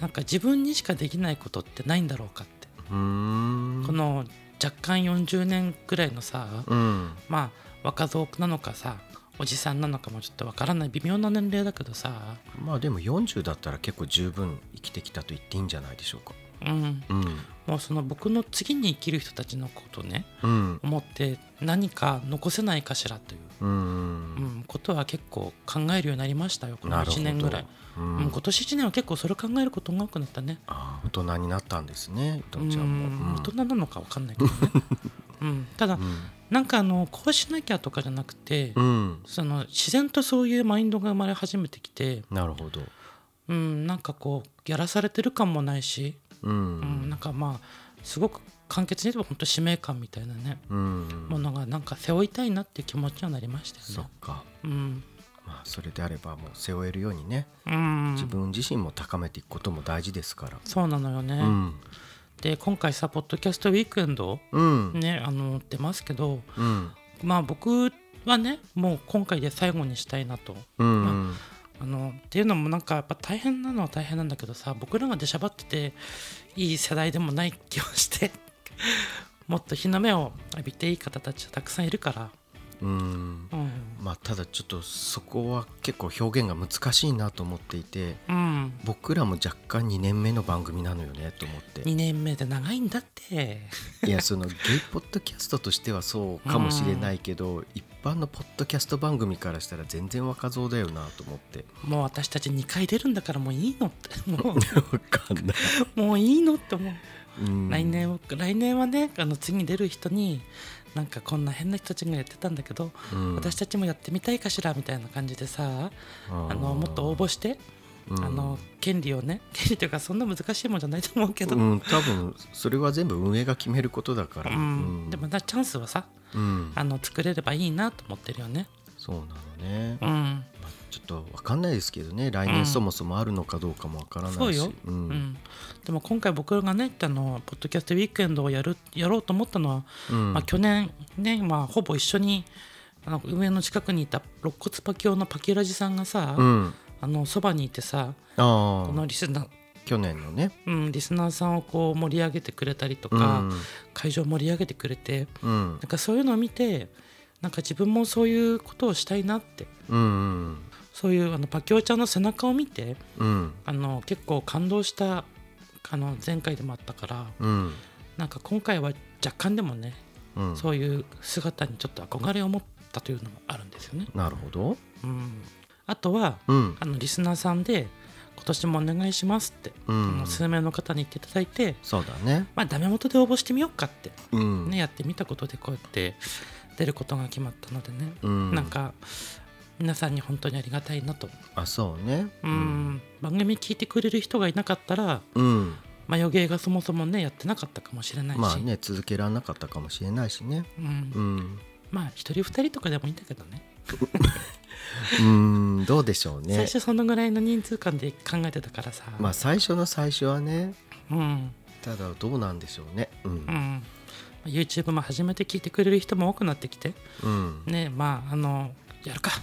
Speaker 1: なんか自分にしかできないことってないんだろうかって、
Speaker 2: うん
Speaker 1: この若干40年くらいのさ、
Speaker 2: うん
Speaker 1: まあ若造なのかさおじさんなのかもちょっとわからない微妙な年齢だけどさ、
Speaker 2: まあでも40だったら結構十分生きてきたと言っていいんじゃないでしょうか
Speaker 1: うん、
Speaker 2: うん
Speaker 1: もうその僕の次に生きる人たちのことをね
Speaker 2: うん
Speaker 1: 思って何か残せないかしらという、
Speaker 2: う
Speaker 1: うんん、ことは結構考えるようになりましたよこの
Speaker 2: なるほど
Speaker 1: 1年ぐらい、
Speaker 2: う
Speaker 1: うんん今年1年は結構それ考えることが多くなったね
Speaker 2: ああ大人になったんですね伊
Speaker 1: う
Speaker 2: 藤ちゃん
Speaker 1: ん
Speaker 2: もうん
Speaker 1: 大人なのかわかん ないけどね、うん、ただなんかあのこうしなきゃとかじゃなくて、
Speaker 2: うんうん
Speaker 1: その自然とそういうマインドが生まれ始めてきて、
Speaker 2: なるほど
Speaker 1: うん、なんかこうやらされてる感もないし、
Speaker 2: う
Speaker 1: うんなん
Speaker 2: ん
Speaker 1: かまあすごく簡潔に言えば本当使命感みたいなね、
Speaker 2: うん
Speaker 1: ものがなんか背負いたいなっていう気持ちにはなりました
Speaker 2: そ
Speaker 1: よ
Speaker 2: っ
Speaker 1: ね。
Speaker 2: か
Speaker 1: うん
Speaker 2: まあそれであればもう背負えるようにね
Speaker 1: うん
Speaker 2: 自分自身も高めていくことも大事ですから
Speaker 1: そうなのよね、
Speaker 2: うん
Speaker 1: で今回さポッドキャストウィークエンド
Speaker 2: うん
Speaker 1: ねあの出ますけど
Speaker 2: うん
Speaker 1: まあ僕はねもう今回で最後にしたいなと
Speaker 2: うん
Speaker 1: あのっていうのもなんかやっぱ大変なのは大変なんだけどさ僕らが出しゃばってていい世代でもない気はして もっと日の目を浴びていい方たちはたくさんいるから、
Speaker 2: うん
Speaker 1: うん
Speaker 2: まあただちょっとそこは結構表現が難しいなと思っていて
Speaker 1: うん、
Speaker 2: 僕らも若干2年目の番組なのよねと思って
Speaker 1: 2年目で長いんだって
Speaker 2: いやそのゲイポッドキャストとしてはそうかもしれないけど、一般のポッドキャスト番組からしたら全然若造だよなと思って
Speaker 1: もう私たち2回出るんだからもういいのって も
Speaker 2: わかんない、
Speaker 1: うもういいのって思う、
Speaker 2: うん
Speaker 1: 来年は来年はねあの次に出る人になんかこんな変な人たちがやってたんだけど、
Speaker 2: うん
Speaker 1: 私たちもやってみたいかしらみたいな感じでさあのもっと応募して
Speaker 2: うん
Speaker 1: あの権利をね 権利というかそんな難しいもんじゃないと思うけど、うん
Speaker 2: うん、多分それは全部運営が決めることだから、うん
Speaker 1: でもなチャンスはさ
Speaker 2: うん
Speaker 1: あの作れればいいなと思ってるよね。
Speaker 2: そうなのね、
Speaker 1: うん
Speaker 2: ちょっとわかんないですけどね来年そもそもあるのかどうかもわから
Speaker 1: そ
Speaker 2: な
Speaker 1: う
Speaker 2: いし、
Speaker 1: よ、
Speaker 2: う
Speaker 1: うん
Speaker 2: ん
Speaker 1: でも今回僕がねあのポッドキャストウィークエンドをやるやろうと思ったのは、
Speaker 2: うん
Speaker 1: まあ、去年ね、まあ、ほぼ一緒にあの上の近くにいた肋骨パキオのパキラジさんがさ、
Speaker 2: うん
Speaker 1: あのそばにいてさ
Speaker 2: あ
Speaker 1: こ
Speaker 2: あ
Speaker 1: のリスナー、
Speaker 2: 去年のね
Speaker 1: うん、リスナーさんをこう盛り上げてくれたりと
Speaker 2: う
Speaker 1: か、
Speaker 2: ん
Speaker 1: 会場を盛り上げてくれて
Speaker 2: うん
Speaker 1: なんかそういうのを見てなんか自分もそういうことをしたいなって
Speaker 2: うん
Speaker 1: そういうあのパキオちゃんの背中を見て
Speaker 2: うん
Speaker 1: あの結構感動したあの前回でもあったから
Speaker 2: うん
Speaker 1: なんか今回は若干でもね
Speaker 2: うん
Speaker 1: そういう姿にちょっと憧れを持ったというのもあるんですよね。
Speaker 2: なるほど
Speaker 1: うん、あとは
Speaker 2: うん
Speaker 1: あのリスナーさんで今年もお願いしますって、あ
Speaker 2: うん
Speaker 1: の数名の方に言っていただいて、
Speaker 2: そうだね
Speaker 1: まあ、ダメ元で応募してみようかって、
Speaker 2: うん
Speaker 1: ね、やってみたことでこうやって出ることが決まったのでね、
Speaker 2: うん
Speaker 1: なんか皆さんに本当にありがたいなと、
Speaker 2: あそうね
Speaker 1: うん番組聞いてくれる人がいなかったら
Speaker 2: うん
Speaker 1: マゲーがそもそもねやってなかったかもしれないし、
Speaker 2: まあね続けられなかったかもしれないしね
Speaker 1: うん
Speaker 2: うん
Speaker 1: まあ一人二人とかでもいいんだけどね
Speaker 2: うんどうでしょう
Speaker 1: 最
Speaker 2: ね
Speaker 1: 初そのぐらいの人数間で考えてたからさ、
Speaker 2: まあ最初の最初はね
Speaker 1: うん
Speaker 2: ただどうなんでしょうねう
Speaker 1: うんん、YouTube も初めて聞いてくれる人も多くなってきて
Speaker 2: うん
Speaker 1: ねまああのやるかって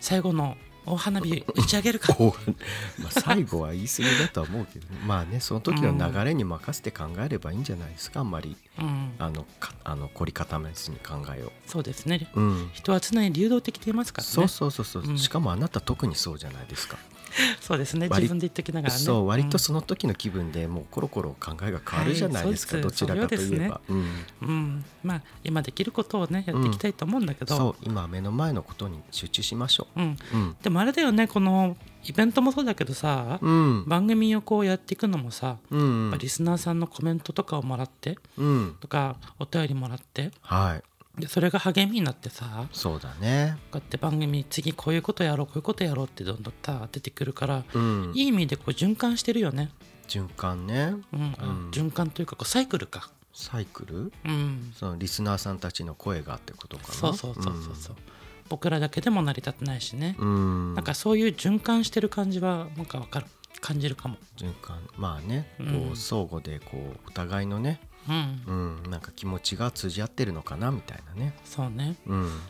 Speaker 1: 最後のお花火打ち上げる か
Speaker 2: 後半まあ最後は言い過ぎだとは思うけどまあねその時の流れに任せて考えればいいんじゃないですかあんまり
Speaker 1: うん
Speaker 2: あのかあの凝り固めずに考えを。
Speaker 1: そうですね
Speaker 2: うん
Speaker 1: 人は常に流動的でいますからね
Speaker 2: そうそうそうそう、
Speaker 1: うん
Speaker 2: しかもあなた特にそうじゃないですか、
Speaker 1: そうですね
Speaker 2: 割
Speaker 1: 自分で言ってきながらね
Speaker 2: そう割と
Speaker 1: ん
Speaker 2: その時の気分でもうコロコロ考えが変わるじゃないですか、
Speaker 1: はい
Speaker 2: どちらかといえばう,、ん、
Speaker 1: うん、まあ今できることをねやっていきたいと思うんだけど、
Speaker 2: そう今目の前のことに集中しましょ
Speaker 1: うん、
Speaker 2: ううん、
Speaker 1: でもあれだよねこのイベントもそうだけどさ、
Speaker 2: うん
Speaker 1: 番組をこうやっていくのもさ、
Speaker 2: うん
Speaker 1: やっぱリスナーさんのコメントとかをもらって
Speaker 2: うん、
Speaker 1: とかお便りもらって
Speaker 2: はい
Speaker 1: でそれが励みになってさ
Speaker 2: そうだね
Speaker 1: こうやって番組次こういうことやろうこういうことやろうってどんどんさ出てくるから、
Speaker 2: うん
Speaker 1: いい意味でこう循環してるよね、
Speaker 2: 循環ね
Speaker 1: うんうん
Speaker 2: ん
Speaker 1: 循環というかこうサイクルか、
Speaker 2: サイクル
Speaker 1: うん、
Speaker 2: そのリスナーさんたちの声がってことかな
Speaker 1: そうそうそうそうそう僕らだけでも成り立ってないしね、
Speaker 2: うん、うん
Speaker 1: なんかそういう循環してる感じはなんかわかる感じるかも、
Speaker 2: 循環まあねこ
Speaker 1: うん
Speaker 2: う相互でこうお互いのね、
Speaker 1: うん、
Speaker 2: うん、なんか気持ちが通じ合ってるのかなみたいなね
Speaker 1: そうね
Speaker 2: うん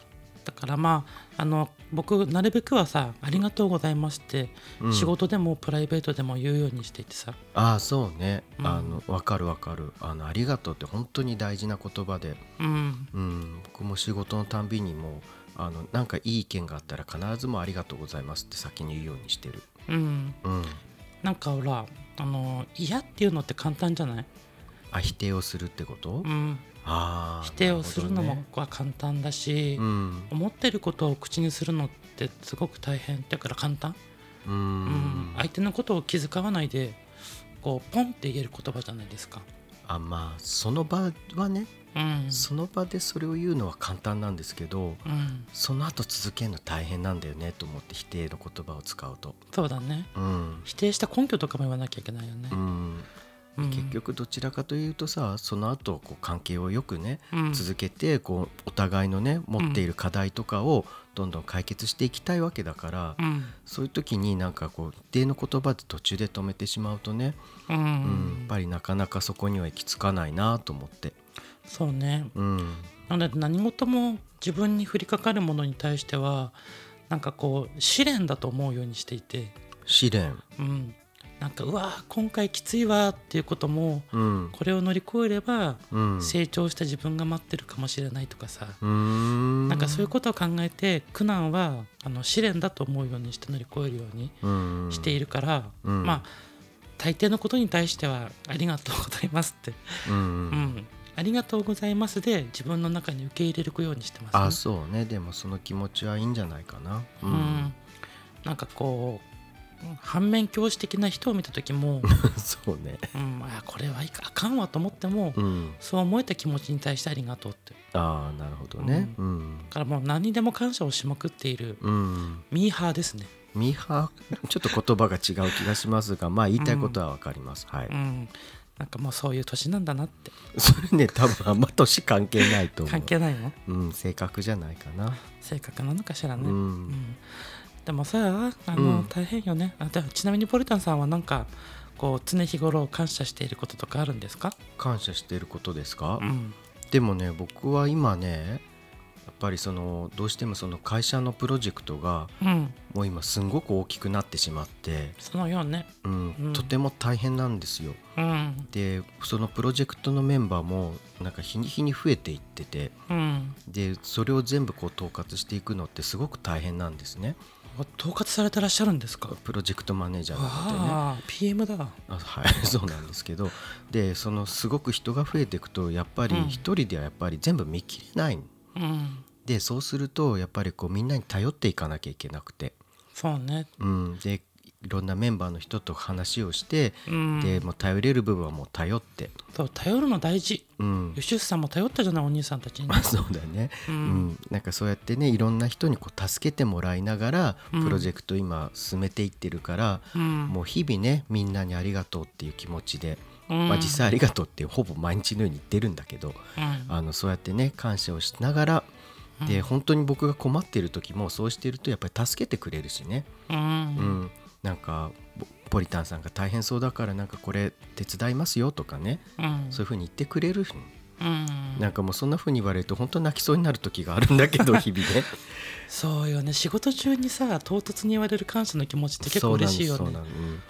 Speaker 1: だからまああの僕なるべくはさ「ありがとうございます」って、
Speaker 2: うん
Speaker 1: 仕事でもプライベートでも言うようにしていてさ
Speaker 2: ああそうね、
Speaker 1: うん
Speaker 2: あのわかるわかるあのありがとうって本当に大事な言葉で、
Speaker 1: うん
Speaker 2: うん、僕も仕事のたんびにもうあのなんかいい意見があったら必ずもうありがとうございますって先に言うようにしてる
Speaker 1: うん
Speaker 2: うん
Speaker 1: なんかほらあの嫌っていうのって簡単じゃない、
Speaker 2: あ否定をするってこと、
Speaker 1: うん、
Speaker 2: ああ
Speaker 1: 否定をするの
Speaker 2: な
Speaker 1: も
Speaker 2: ほ
Speaker 1: は簡単だし、
Speaker 2: どねうん
Speaker 1: 思ってることを口にするのってすごく大変だから簡単、
Speaker 2: う
Speaker 1: うん
Speaker 2: ん
Speaker 1: 相手のことを気遣わないでこうポンって言える言葉じゃないですか。
Speaker 2: あまあその場はね、
Speaker 1: うん
Speaker 2: その場でそれを言うのは簡単なんですけど
Speaker 1: うん、
Speaker 2: その後続けるの大変なんだよねと思って否定の言葉を使うと
Speaker 1: そうだね
Speaker 2: うん、
Speaker 1: 否定した根拠とかも言わなきゃいけないよね
Speaker 2: う、ん、
Speaker 1: うん
Speaker 2: 結、局どちらかというとさその後こう関係をよくね
Speaker 1: うん、
Speaker 2: 続けてこうお互いのね持っている課題とかをどんどん解決していきたいわけだから、
Speaker 1: うん
Speaker 2: そういう時になんかこう否定の言葉で途中で止めてしまうとね、
Speaker 1: う
Speaker 2: うん、やっ
Speaker 1: ん
Speaker 2: ぱりなかなかそこには行き着かないなと思って、
Speaker 1: そうね
Speaker 2: うん、
Speaker 1: なので何事も自分に降りかかるものに対してはなんかこう試練だと思うようにしていて、
Speaker 2: 試練、
Speaker 1: うん、なんかうわー今回きついわーっていうことも
Speaker 2: うん
Speaker 1: これを乗り越えれば
Speaker 2: うん、う
Speaker 1: 成長した自分が待ってるかもしれないとかさ、
Speaker 2: ーん
Speaker 1: なんかそういうことを考えて苦難はあの試練だと思うようにして乗り越えるように
Speaker 2: うん
Speaker 1: しているから、
Speaker 2: うん
Speaker 1: まあ大抵のことに対しては「ありがとうございます」って
Speaker 2: うん
Speaker 1: うん、ありがとうございますで自分の中に受け入れるようにしてます、ね。
Speaker 2: あそうねでもその気持ちはいいんじゃないかなう
Speaker 1: うん、なんかこううん反面教師的な人を見た時 も、
Speaker 2: そうね
Speaker 1: うん、あこれはいかあかんわと思っても、
Speaker 2: うん
Speaker 1: そう思えた気持ちに対してありがとうってだ
Speaker 2: ああなるほどねうん、
Speaker 1: からもう何にでも感謝をしまくっている
Speaker 2: うん、
Speaker 1: ミーハーですね、
Speaker 2: ミーハーちょっと言葉が違う気がしますがまあ言いたいことはわかります、は
Speaker 1: う
Speaker 2: い
Speaker 1: ん、なんかもうそういう年なんだなって
Speaker 2: それね多分あんま年関係ないと思う
Speaker 1: 関係ないの
Speaker 2: うん性格じゃないかな
Speaker 1: 性格なのかしらね、
Speaker 2: うん
Speaker 1: でもさあの、
Speaker 2: うん
Speaker 1: 大変よねあでちなみにポリタンさんはなんかこう常日頃感謝していることとかあるんですか、
Speaker 2: 感謝していることですか、
Speaker 1: うん
Speaker 2: でもね僕は今ねやっぱりそのどうしてもその会社のプロジェクトが
Speaker 1: うん、
Speaker 2: もう今すんごく大きくなってしまって、
Speaker 1: そのようね
Speaker 2: うん
Speaker 1: うん
Speaker 2: とても大変なんですよ
Speaker 1: うん
Speaker 2: でそのプロジェクトのメンバーもなんか日に日に増えていってて
Speaker 1: うん
Speaker 2: でそれを全部こう統括していくのってすごく大変なんですね
Speaker 1: 統括されてらっしゃるんですか
Speaker 2: プロジェクトマネージャーなのでね
Speaker 1: ああ PM だ
Speaker 2: あ はいそうなんですけどでそのすごく人が増えていくとやっぱり
Speaker 1: うん
Speaker 2: 一人ではやっぱり全部見切れない
Speaker 1: うん
Speaker 2: でそうするとやっぱりこうみんなに頼っていかなきゃいけなくて、
Speaker 1: そうね
Speaker 2: うん、でいろんなメンバーの人と話をして、
Speaker 1: うん
Speaker 2: でもう頼れる部分はもう頼って、
Speaker 1: そう頼るの大事
Speaker 2: うん、
Speaker 1: ユシュフさんも頼ったじゃないお兄さんたちに
Speaker 2: まあそうだね、
Speaker 1: う
Speaker 2: うん
Speaker 1: ん
Speaker 2: なんかそうやってねいろんな人にこう助けてもらいながら
Speaker 1: うん
Speaker 2: プロジェクト今進めていってるから、
Speaker 1: うん
Speaker 2: もう日々ねみんなにありがとうっていう気持ちで、
Speaker 1: うん
Speaker 2: まあ、実際ありがとうってほぼ毎日のように言ってるんだけど
Speaker 1: うん
Speaker 2: あのそうやってね感謝をしながらで本当に僕が困ってる時もそうしてるとやっぱり助けてくれるしね、
Speaker 1: う
Speaker 2: うんん、なんかポポリタンさんが大変そうだからなんかこれ手伝いますよとかね
Speaker 1: うん
Speaker 2: そういうふうに言ってくれる
Speaker 1: うん
Speaker 2: なんかもうそんな風に言われると本当泣きそうになる時があるんだけ ど日々ね
Speaker 1: そうよね仕事中にさ唐突に言われる感謝の気持ちって結構嬉しいよ
Speaker 2: そうな
Speaker 1: ね
Speaker 2: のそうなのうん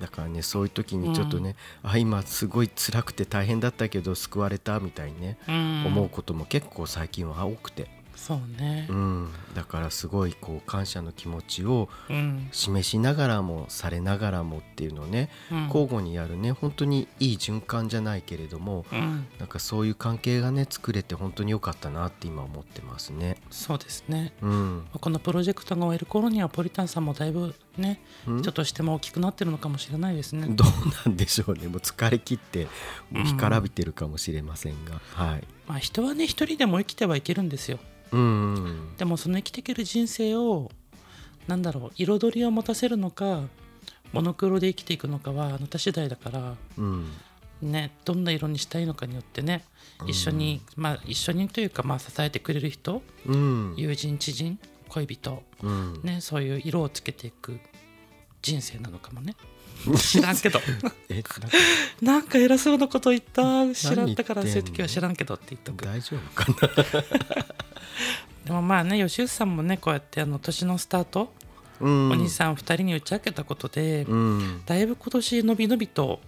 Speaker 2: だからねそういう時にちょっとね、あ今すごい辛くて大変だったけど救われたみたいにね、
Speaker 1: うん
Speaker 2: 思うことも結構最近は多くて、
Speaker 1: そうね
Speaker 2: うん、だからすごいこう感謝の気持ちを
Speaker 1: うん
Speaker 2: 示しながらもされながらもっていうのをね、
Speaker 1: うん
Speaker 2: 交互にやるね本当にいい循環じゃないけれども、
Speaker 1: うん
Speaker 2: なんかそういう関係がね作れて本当に良かったなって今思ってますね。
Speaker 1: そうですね
Speaker 2: うん、
Speaker 1: このプロジェクトが終える頃にはポリタンさんもだいぶね
Speaker 2: うん
Speaker 1: 人としても大きくなってるのかもしれないですね
Speaker 2: どうなんでしょうねもう疲れ切ってもう干からびてるかもしれませんが、はい。
Speaker 1: まあ人はね一人でも生きてはいけるんですよ
Speaker 2: うんうん
Speaker 1: でもその生きていける人生をなんだろう彩りを持たせるのかモノクロで生きていくのかはあなた次第だから
Speaker 2: うん
Speaker 1: ねどんな色にしたいのかによってね一緒に、まあ一緒にというかまあ支えてくれる人
Speaker 2: うん
Speaker 1: 友人知人恋人
Speaker 2: うん
Speaker 1: ねそういう色をつけていく人生なのかも ね知らんけど
Speaker 2: えなんか
Speaker 1: なんか偉そうなこと言った知ら
Speaker 2: 何言
Speaker 1: ん
Speaker 2: って
Speaker 1: だ
Speaker 2: ん
Speaker 1: から
Speaker 2: の
Speaker 1: そういう時は知らんけどって言っとく
Speaker 2: 大丈夫か な
Speaker 1: でもまあね吉内さんもねこうやってあの年のスタート、
Speaker 2: うん
Speaker 1: お兄さん2人に打ち明けたことで、
Speaker 2: うん
Speaker 1: だいぶ今年伸び伸びと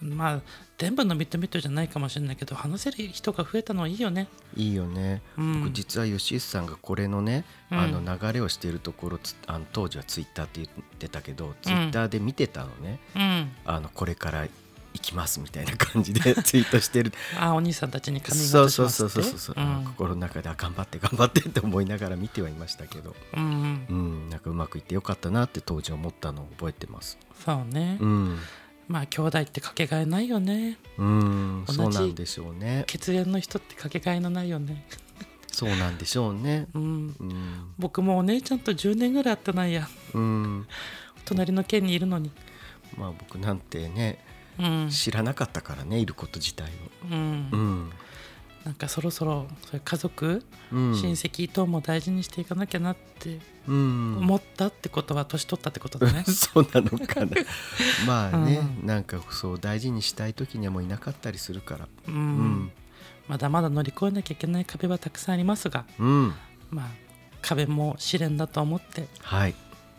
Speaker 1: まあ全部伸び伸びとじゃないかもしれないけど話せる人が増えたのはいいよね
Speaker 2: いいよね、
Speaker 1: うん
Speaker 2: 僕実は吉井さんがこれのね、
Speaker 1: うん
Speaker 2: あの流れをしているところつあの当時はツイッターって言ってたけど、ツイッターで見てたのね
Speaker 1: うん
Speaker 2: あのこれから行きますみたいな感じで ツイートしてる
Speaker 1: あお兄さんたちにカミングア
Speaker 2: そ
Speaker 1: ウト
Speaker 2: う
Speaker 1: し
Speaker 2: そう
Speaker 1: ます
Speaker 2: そ
Speaker 1: っ
Speaker 2: う
Speaker 1: て
Speaker 2: そうそう、
Speaker 1: う
Speaker 2: あ
Speaker 1: ん
Speaker 2: の心の中であ頑張って頑 張ってって思いながら見てはいましたけど、
Speaker 1: うんうん
Speaker 2: うん、なんかうまくいってよかったなって当時思ったのを覚えてます。
Speaker 1: そうね、
Speaker 2: うん
Speaker 1: まあ兄弟ってかけがえないよね
Speaker 2: うん、
Speaker 1: 同じ
Speaker 2: そうなんでしょうね。
Speaker 1: 血縁の人ってかけがえのないよね
Speaker 2: そうなんでしょうね。
Speaker 1: うん
Speaker 2: うん、
Speaker 1: 僕もお姉ちゃんと10年ぐらい会ってないや
Speaker 2: うん、
Speaker 1: 隣の県にいるのに
Speaker 2: まあ僕なんてね、
Speaker 1: うん、
Speaker 2: 知らなかったからね、いること自体
Speaker 1: うん
Speaker 2: を。うん、
Speaker 1: なんかそろそろそういう家族、
Speaker 2: うん、
Speaker 1: 親戚等も大事にしていかなきゃなって
Speaker 2: うん、。
Speaker 1: 思ったってことは年取ったってことだね
Speaker 2: そうなのか な。まあね、
Speaker 1: う
Speaker 2: なんかそう大事にしたい時にはもういなかったりするから。
Speaker 1: うん
Speaker 2: うん、
Speaker 1: まだまだ乗り越えなきゃいけない壁はたくさんありますが、
Speaker 2: うん、
Speaker 1: まあ、壁も試練だと思って
Speaker 2: はい、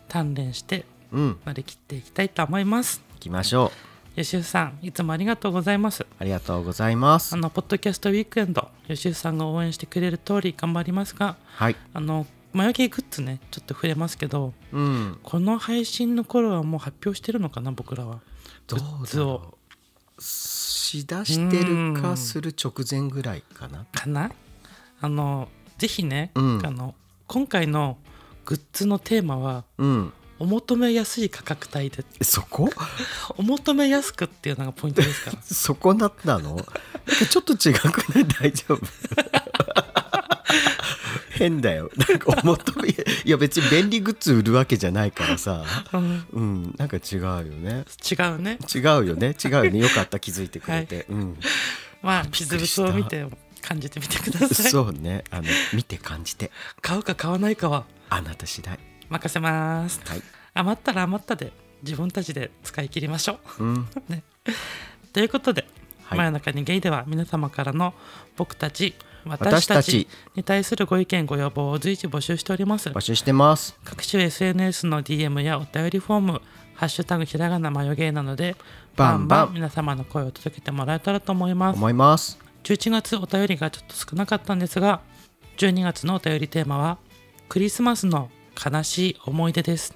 Speaker 1: 鍛錬して
Speaker 2: うん、
Speaker 1: 乗り切っていきたいと思います。
Speaker 2: 行きましょう。
Speaker 1: 吉シさんいつもありがとうございます。
Speaker 2: ありがとうございます
Speaker 1: あ。のポッドキャストウィークエンド吉シさんが応援してくれる通り頑張りますが
Speaker 2: はい、
Speaker 1: あの眉毛グッズねちょっと触れますけど
Speaker 2: うん、
Speaker 1: この配信の頃はもう発表してるのかな僕らは。
Speaker 2: どう
Speaker 1: グッ
Speaker 2: だ
Speaker 1: ズを
Speaker 2: ろう。しだしてる
Speaker 1: う
Speaker 2: か
Speaker 1: ん
Speaker 2: する直前ぐらいかな。
Speaker 1: かなあのぜひね、
Speaker 2: うん
Speaker 1: あの今回のグッズのテーマは
Speaker 2: うん、
Speaker 1: お求めやすい価格帯で
Speaker 2: そこ？
Speaker 1: お求めやすくっていうのがポイントですから
Speaker 2: そこだったのちょっと違くない大丈夫変だよなんか思ったいや別に便利グッズ売るわけじゃないからさ
Speaker 1: うん
Speaker 2: うんなんか違うよね
Speaker 1: 違うね
Speaker 2: 違うよね違うよねよかった気づいてくれて、うん
Speaker 1: まあ
Speaker 2: びっ
Speaker 1: 実
Speaker 2: くりした
Speaker 1: 物を見て感じてみてください
Speaker 2: そうねあの見て感じて
Speaker 1: 買うか買わないかは
Speaker 2: あなた次第
Speaker 1: 任せます
Speaker 2: はい
Speaker 1: 余ったら余ったで自分たちで使い切りましょう
Speaker 2: うん
Speaker 1: ね、ということで「
Speaker 2: はい
Speaker 1: 真夜中にゲイ」では皆様からの僕たち私たちに対するご意見ご要望を随時募集しております
Speaker 2: 募集してます
Speaker 1: 各種 SNS の DM やお便りフォーム「ハッシュタグひらがなマヨゲイ」なので
Speaker 2: バ
Speaker 1: バ
Speaker 2: ン
Speaker 1: ン
Speaker 2: バン
Speaker 1: バン皆様の声を届けてもらえたらと思います
Speaker 2: 思います
Speaker 1: 11月お便りがちょっと少なかったんですが12月のお便りテーマはクリスマスの悲しい思い出です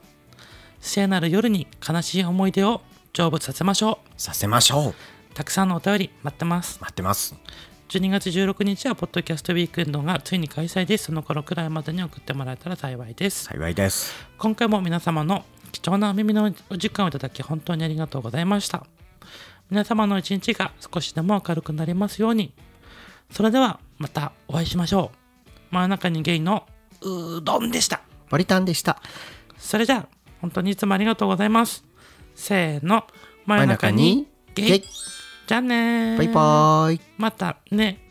Speaker 1: 聖なる夜に悲しい思い出を成仏させましょう
Speaker 2: させましょう
Speaker 1: たくさんのお便り待ってます
Speaker 2: 待ってます
Speaker 1: 12月16日はポッドキャストウィークエンドがついに開催ですその頃くらいまでに送ってもらえたら幸いです
Speaker 2: 幸いです
Speaker 1: 今回も皆様の貴重なお耳のお時間をいただき本当にありがとうございました皆様の一日が少しでも明るくなりますようにそれではまたお会いしましょう真夜中にゲイのうーどんでした
Speaker 2: ポリタンでした
Speaker 1: それじゃあ本当にいつもありがとうございますせーの真
Speaker 2: 真
Speaker 1: 夜
Speaker 2: ん
Speaker 1: 中
Speaker 2: 中
Speaker 1: に
Speaker 2: に
Speaker 1: ゲイ
Speaker 2: ゲイ
Speaker 1: じゃあねー
Speaker 2: バイバーイ
Speaker 1: またね